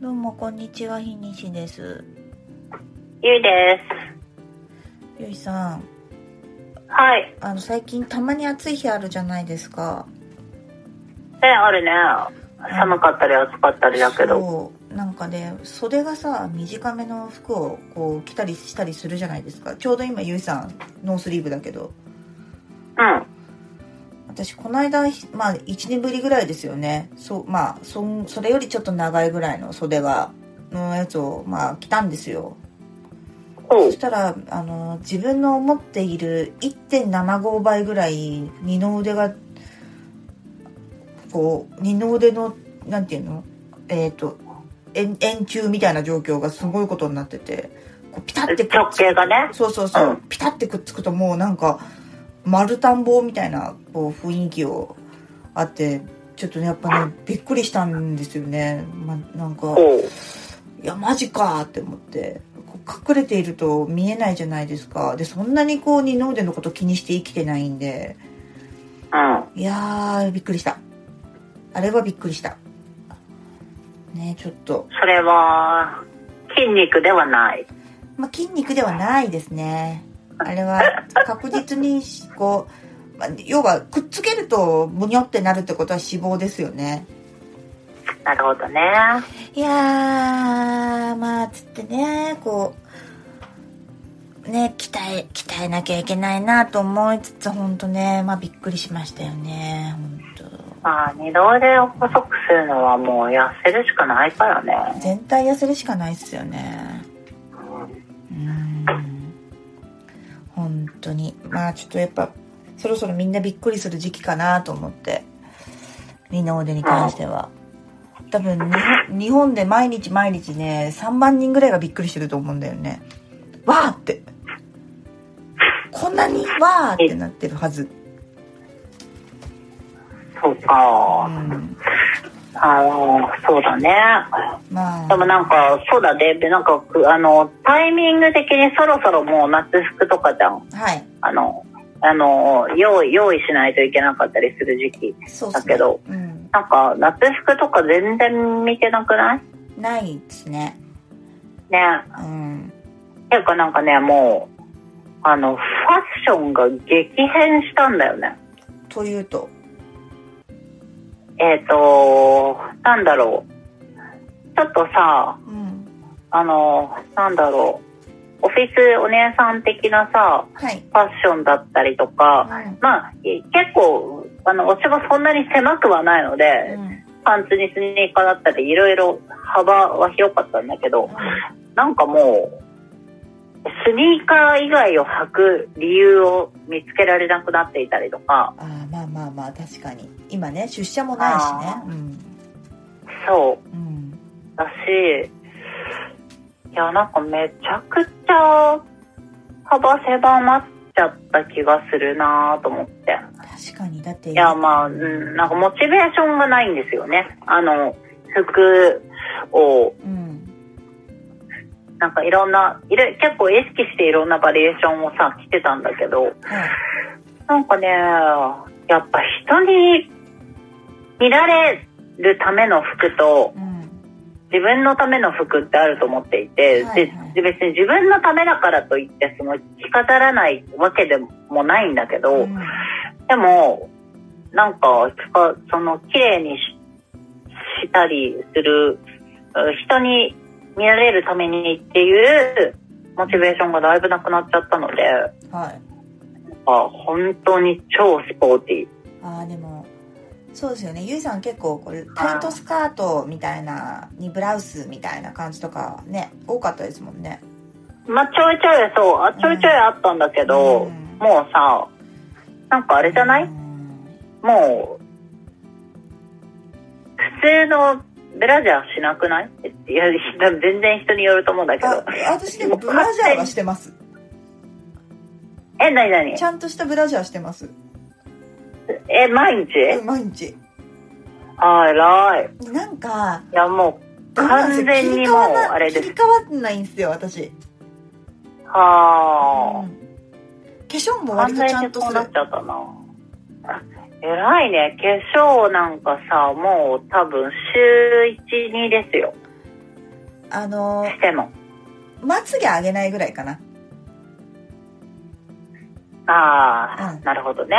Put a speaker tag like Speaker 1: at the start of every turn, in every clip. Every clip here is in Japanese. Speaker 1: どうもこんにちはひにしです。
Speaker 2: ゆいです。
Speaker 1: ゆいさん、
Speaker 2: はい。
Speaker 1: あの最近たまに暑い日あるじゃないですか。
Speaker 2: え、あるね。寒かったり暑かったりだけど。
Speaker 1: そうなんかね袖がさ短めの服をこう着たりしたりするじゃないですか。ちょうど今ゆいさんノースリーブだけど、
Speaker 2: うん。
Speaker 1: 私この間まあ1年ぶりぐらいですよね。そうまあそんそれよりちょっと長いぐらいの袖がのやつをまあ着たんですよ。
Speaker 2: ほ
Speaker 1: そうし。たらあの自分の思っている1.75倍ぐらい二の腕がこう二の腕のなんていうのえっ、と円円柱みたいな状況がすごいことになっててこうピタってくっ
Speaker 2: 直
Speaker 1: つ
Speaker 2: 径がね。
Speaker 1: そうそうそう、
Speaker 2: うん
Speaker 1: ピタってくっつくともうなんか丸田んぼみたいなこう雰囲気をあってちょっとねやっぱねびっくりしたんですよね、ま、なんか。
Speaker 2: ほう。
Speaker 1: いやマジかーって思ってこう隠れていると見えないじゃないですかでそんなにこう二の腕のこと気にして生きてないんで
Speaker 2: うん。
Speaker 1: いやーびっくりしたあれはびっくりしたねちょっと、
Speaker 2: それは、筋肉ではない。
Speaker 1: まあ、筋肉ではないですねあれは確実にしこう、まあ、要はくっつけるとむにょってなるってことは脂肪ですよね
Speaker 2: なるほどね。
Speaker 1: いやー、まあ、つってね、こう、ね、鍛え、鍛えなきゃいけないなと思いつつ、ほんとね、まあびっくりしましたよね、ほんと。
Speaker 2: まあ、二度で細くするのはもう痩せるしかないからね。
Speaker 1: 全体痩せるしかないっすよね。うーん。本当に。まあちょっとやっぱ、そろそろみんなびっくりする時期かなと思って。二の腕に関しては。多分日本、日本で毎日毎日ね、3万人ぐらいがびっくりしてると思うんだよね。わーって。こんなにわーってなってるはず。
Speaker 2: そう
Speaker 1: う
Speaker 2: か。
Speaker 1: ん。
Speaker 2: あの、そうだね。
Speaker 1: ま
Speaker 2: でも
Speaker 1: あ、
Speaker 2: なんか、そうだね。で、なんか、あの、タイミング的にそろそろもう夏服とかじゃん。
Speaker 1: はい。
Speaker 2: あの、あの、用意、用意しないといけなかったりする時期。
Speaker 1: そうっすね
Speaker 2: だけど。
Speaker 1: うん。
Speaker 2: なんか、夏服とか全然見てなくない
Speaker 1: ないですね。
Speaker 2: ね。
Speaker 1: うん。
Speaker 2: っていうかなんかね、もう、あの、ファッションが激変したんだよね。
Speaker 1: というと。
Speaker 2: えっ、と、なんだろう。ちょっとさ、
Speaker 1: うん。
Speaker 2: あの、なんだろう。オフィスお姉さん的なさ、
Speaker 1: はい。
Speaker 2: ファッションだったりとか、まあ、い結構、あの、私はそんなに狭くはないの
Speaker 1: う
Speaker 2: で、
Speaker 1: ん。うん
Speaker 2: パンツにスニーカーだったり、いろいろ幅は広かったんだけど、なんかもう、スニーカー以外を履く理由を見つけられなくなっていたりとか、
Speaker 1: あーまあまあまあ確かに今ね出社もないしね
Speaker 2: あ
Speaker 1: うん
Speaker 2: そう、
Speaker 1: うん
Speaker 2: だし、いや、なんかめちゃくちゃ幅狭まっちゃった気がするなぁと思って。
Speaker 1: 確かにだって
Speaker 2: いや、まあ、うん、なんかモチベーションがないんですよね。あの、服を、
Speaker 1: うん
Speaker 2: なんかいろんな、いろ結構意識していろんなバリエーションをさ、着てたんだけど、
Speaker 1: はい
Speaker 2: なんかね、やっぱ人に見られるための服と
Speaker 1: うん
Speaker 2: 自分のための服ってあると思っていて、
Speaker 1: はいはい
Speaker 2: で別に自分のためだからといってその着飾らないわけでもないんだけど、
Speaker 1: うん
Speaker 2: でもなんかつかその綺麗にししたりするうん人に見られるためにっていうモチベーションがだいぶなくなっちゃったので、
Speaker 1: はい
Speaker 2: あ本当に超スポーティー。
Speaker 1: ああでもそうですよねゆいさん結構これタイトスカートみたいなにブラウスみたいな感じとかね多かったですもんね
Speaker 2: まあ、ちょいちょいそうあちょいちょいあったんだけど、
Speaker 1: うん
Speaker 2: もうさなんかあ
Speaker 1: あ
Speaker 2: れじゃない、もう普通のブラジャーしなくないいや全然人によると思うんだけ
Speaker 1: あ
Speaker 2: ど
Speaker 1: 私でもブラジャーはしてます
Speaker 2: えなになに
Speaker 1: ちゃんとしたブラジャーしてます
Speaker 2: え毎日
Speaker 1: うん毎日
Speaker 2: あ偉い
Speaker 1: なんか
Speaker 2: いやもう
Speaker 1: どうなん
Speaker 2: 完
Speaker 1: ですよ
Speaker 2: 全にもう
Speaker 1: 切り替わら
Speaker 2: あれで
Speaker 1: 切
Speaker 2: す
Speaker 1: り替わんないんですよ私う
Speaker 2: はあ
Speaker 1: ん化粧も割と
Speaker 2: 完
Speaker 1: ち
Speaker 2: 全
Speaker 1: ゃ
Speaker 2: に
Speaker 1: んと
Speaker 2: こう
Speaker 1: す
Speaker 2: な
Speaker 1: る
Speaker 2: っちゃったな偉いね化粧なんかさもう多分週12ですよ
Speaker 1: あの
Speaker 2: しても。
Speaker 1: まつげ上げないぐらいかな、
Speaker 2: ああ、
Speaker 1: うん
Speaker 2: なるほどね。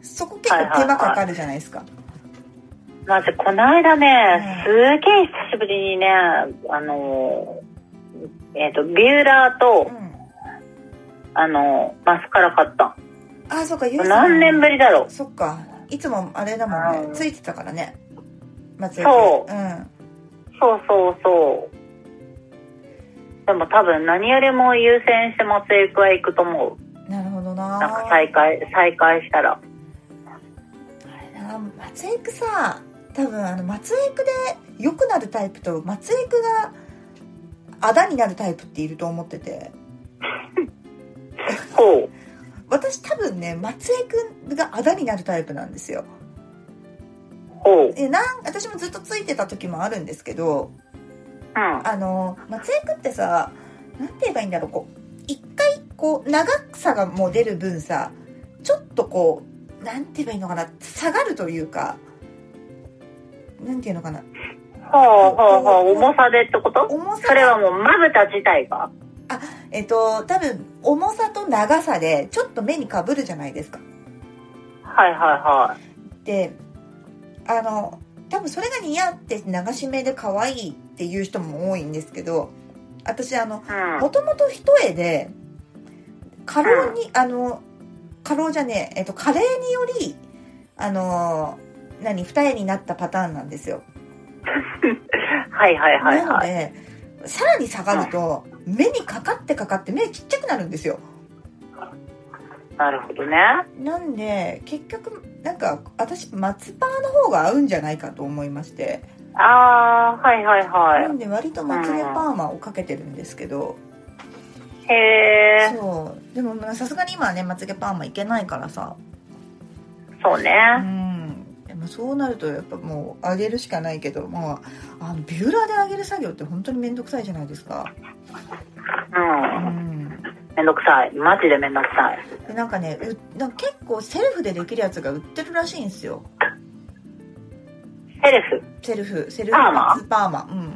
Speaker 1: うん、そこ結構手間かかるじゃないですか、
Speaker 2: まず、この間ね、すげえ久しぶりにね、あのー、えっ、と、ビューラーと、あのー、マスカラ買った。
Speaker 1: うん、あそうかゆうさん
Speaker 2: 何年ぶりだろう。
Speaker 1: そっかいつもあれだもん
Speaker 2: う
Speaker 1: ね
Speaker 2: ん
Speaker 1: ついてたからねまつげ
Speaker 2: そうんそうそうそう。でも多分何よりも優先して松江区は行くと思
Speaker 1: なるほどな
Speaker 2: う。なんか再開、再開したら。
Speaker 1: あ松江区さ多分あの松江区で良くなるタイプと松江区があだになるタイプっていると思ってて
Speaker 2: ほう。
Speaker 1: 私多分ね松江区があだになるタイプなんですよ
Speaker 2: ほう。
Speaker 1: えなん私もずっとついてた時もあるんですけど
Speaker 2: うん。
Speaker 1: あの松江区ってさなんて言えばいいんだろうこう一回こう長さがもう出る分さちょっとこうなんて言えばいいのかな下がるというかなんていうのかな
Speaker 2: ほうほうほう。重さでってこと
Speaker 1: 重さ
Speaker 2: それはもうまぶた自体が。
Speaker 1: えっと多分重さと長さでちょっと目にかぶるじゃないですか
Speaker 2: はいはいは
Speaker 1: であの多分それが似合って流し目で可愛いっていう人も多いんですけど私あの
Speaker 2: い。う
Speaker 1: も
Speaker 2: ん。
Speaker 1: ともと一重で過労にあの過労じゃねえ、えっと、加齢によりあの何二重になったパターンなんですよ
Speaker 2: はいはいはい
Speaker 1: なの
Speaker 2: はい。
Speaker 1: でさらに下がると目にかかってかかって目ちっちゃくなるんですよ
Speaker 2: なるほどね。
Speaker 1: なんで結局なんか私松葉の方が合うんじゃないかと思いまして
Speaker 2: あー、はいはい
Speaker 1: な
Speaker 2: は
Speaker 1: んで割とまつげパーマをかけてるんですけど
Speaker 2: い。へー。
Speaker 1: そうでもまあさすがに今はねまつげパーマいけないからさ
Speaker 2: そう
Speaker 1: う
Speaker 2: ね。
Speaker 1: んでもそうなるとやっぱもう上げるしかないけどまああのビューラーで上げる作業って本当に面倒くさいじゃないですか
Speaker 2: う。
Speaker 1: うんん
Speaker 2: めんどくさい。マジでめんどくさい。
Speaker 1: でなんかねうなんか結構セルフでできるやつが売ってるらしいんですよ
Speaker 2: セルフ。
Speaker 1: セルフセルフ
Speaker 2: パーマ
Speaker 1: パーマうん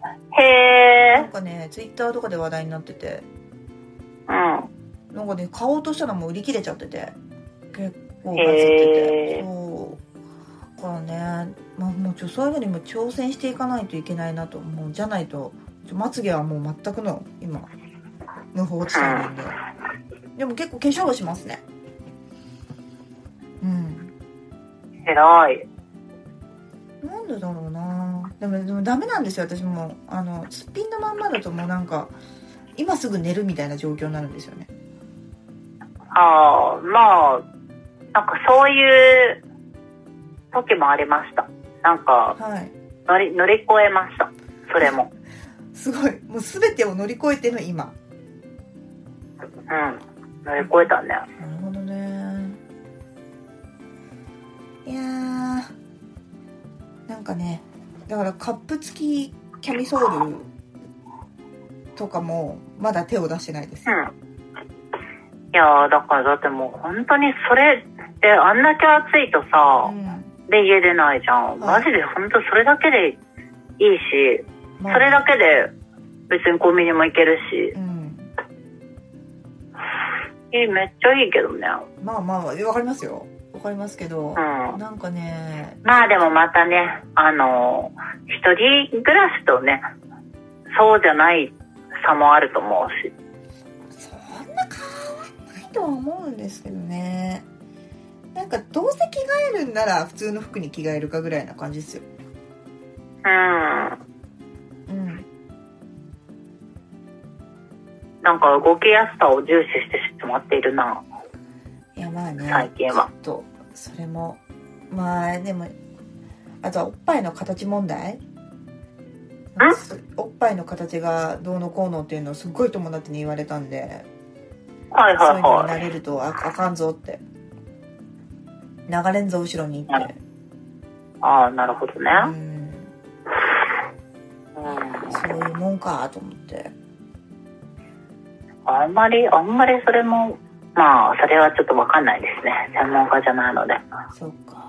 Speaker 1: な
Speaker 2: へ
Speaker 1: んかねツイッターとかで話題になってて
Speaker 2: ー。
Speaker 1: なんかね買おうとしたらもう売り切れちゃってて結構
Speaker 2: うん。
Speaker 1: バズって
Speaker 2: へ
Speaker 1: て
Speaker 2: ー。
Speaker 1: そうだからね、まあ、もう女装よりも挑戦していかないといけないなと思うじゃないとちょまつげはもう全くの今無法地帯なんででも結構化粧はしますねうん
Speaker 2: 偉い。
Speaker 1: なんでだろうなでもでもダメなんですよ私もうあのすっぴんのまんまだともうなんか今すぐ寝るみたいな状況になるんですよね
Speaker 2: ああ、まあ、なんかそういう時もありました。なんか
Speaker 1: はい
Speaker 2: 乗り乗り越えました。それも。
Speaker 1: すごいもう全てを乗り越えての今
Speaker 2: うん。乗り越えたね。
Speaker 1: なるほどねいやーなんかねだからカップ付きキャミソールとかもまだ手を出してないです
Speaker 2: うん。いやーだからだってもう本当にそれであんだけ暑いと
Speaker 1: う
Speaker 2: さ、
Speaker 1: ん
Speaker 2: で家出ないじゃん。マジで本当それだけでいいし、そ
Speaker 1: まあ
Speaker 2: れだけで別にコンビニも行けるし、
Speaker 1: うん
Speaker 2: いいめっちゃいいけどね。
Speaker 1: まあまあわかりますよわかりますけど
Speaker 2: う、ん。
Speaker 1: なんかね
Speaker 2: まあでもまたね、あのー一人暮らしとね、そうじゃない差もあると思うし。
Speaker 1: そんな変わんないとは思うんですけどねなんかどうせ着替えるんなら普通の服に着替えるかぐらいな感じですよ
Speaker 2: うん。
Speaker 1: うん
Speaker 2: なんか動きやすさを重視してしまっているな。
Speaker 1: いやまあね
Speaker 2: 最近は
Speaker 1: ちょっとそれもまあでもあとはおっぱいの形問題おっぱいの形がどうのこうのっていうのをすっごい友達に言われたんで
Speaker 2: はい
Speaker 1: そういの
Speaker 2: はいう
Speaker 1: に
Speaker 2: は。
Speaker 1: ないれるとああかんぞって流れんぞ後ろにって
Speaker 2: ああ、なるほどね。
Speaker 1: うん
Speaker 2: うん。
Speaker 1: そういうもんかと思って
Speaker 2: あんまり、あんまりそれも、まあ、それはちょっとわかんないですね。専門家じゃないので。
Speaker 1: そうか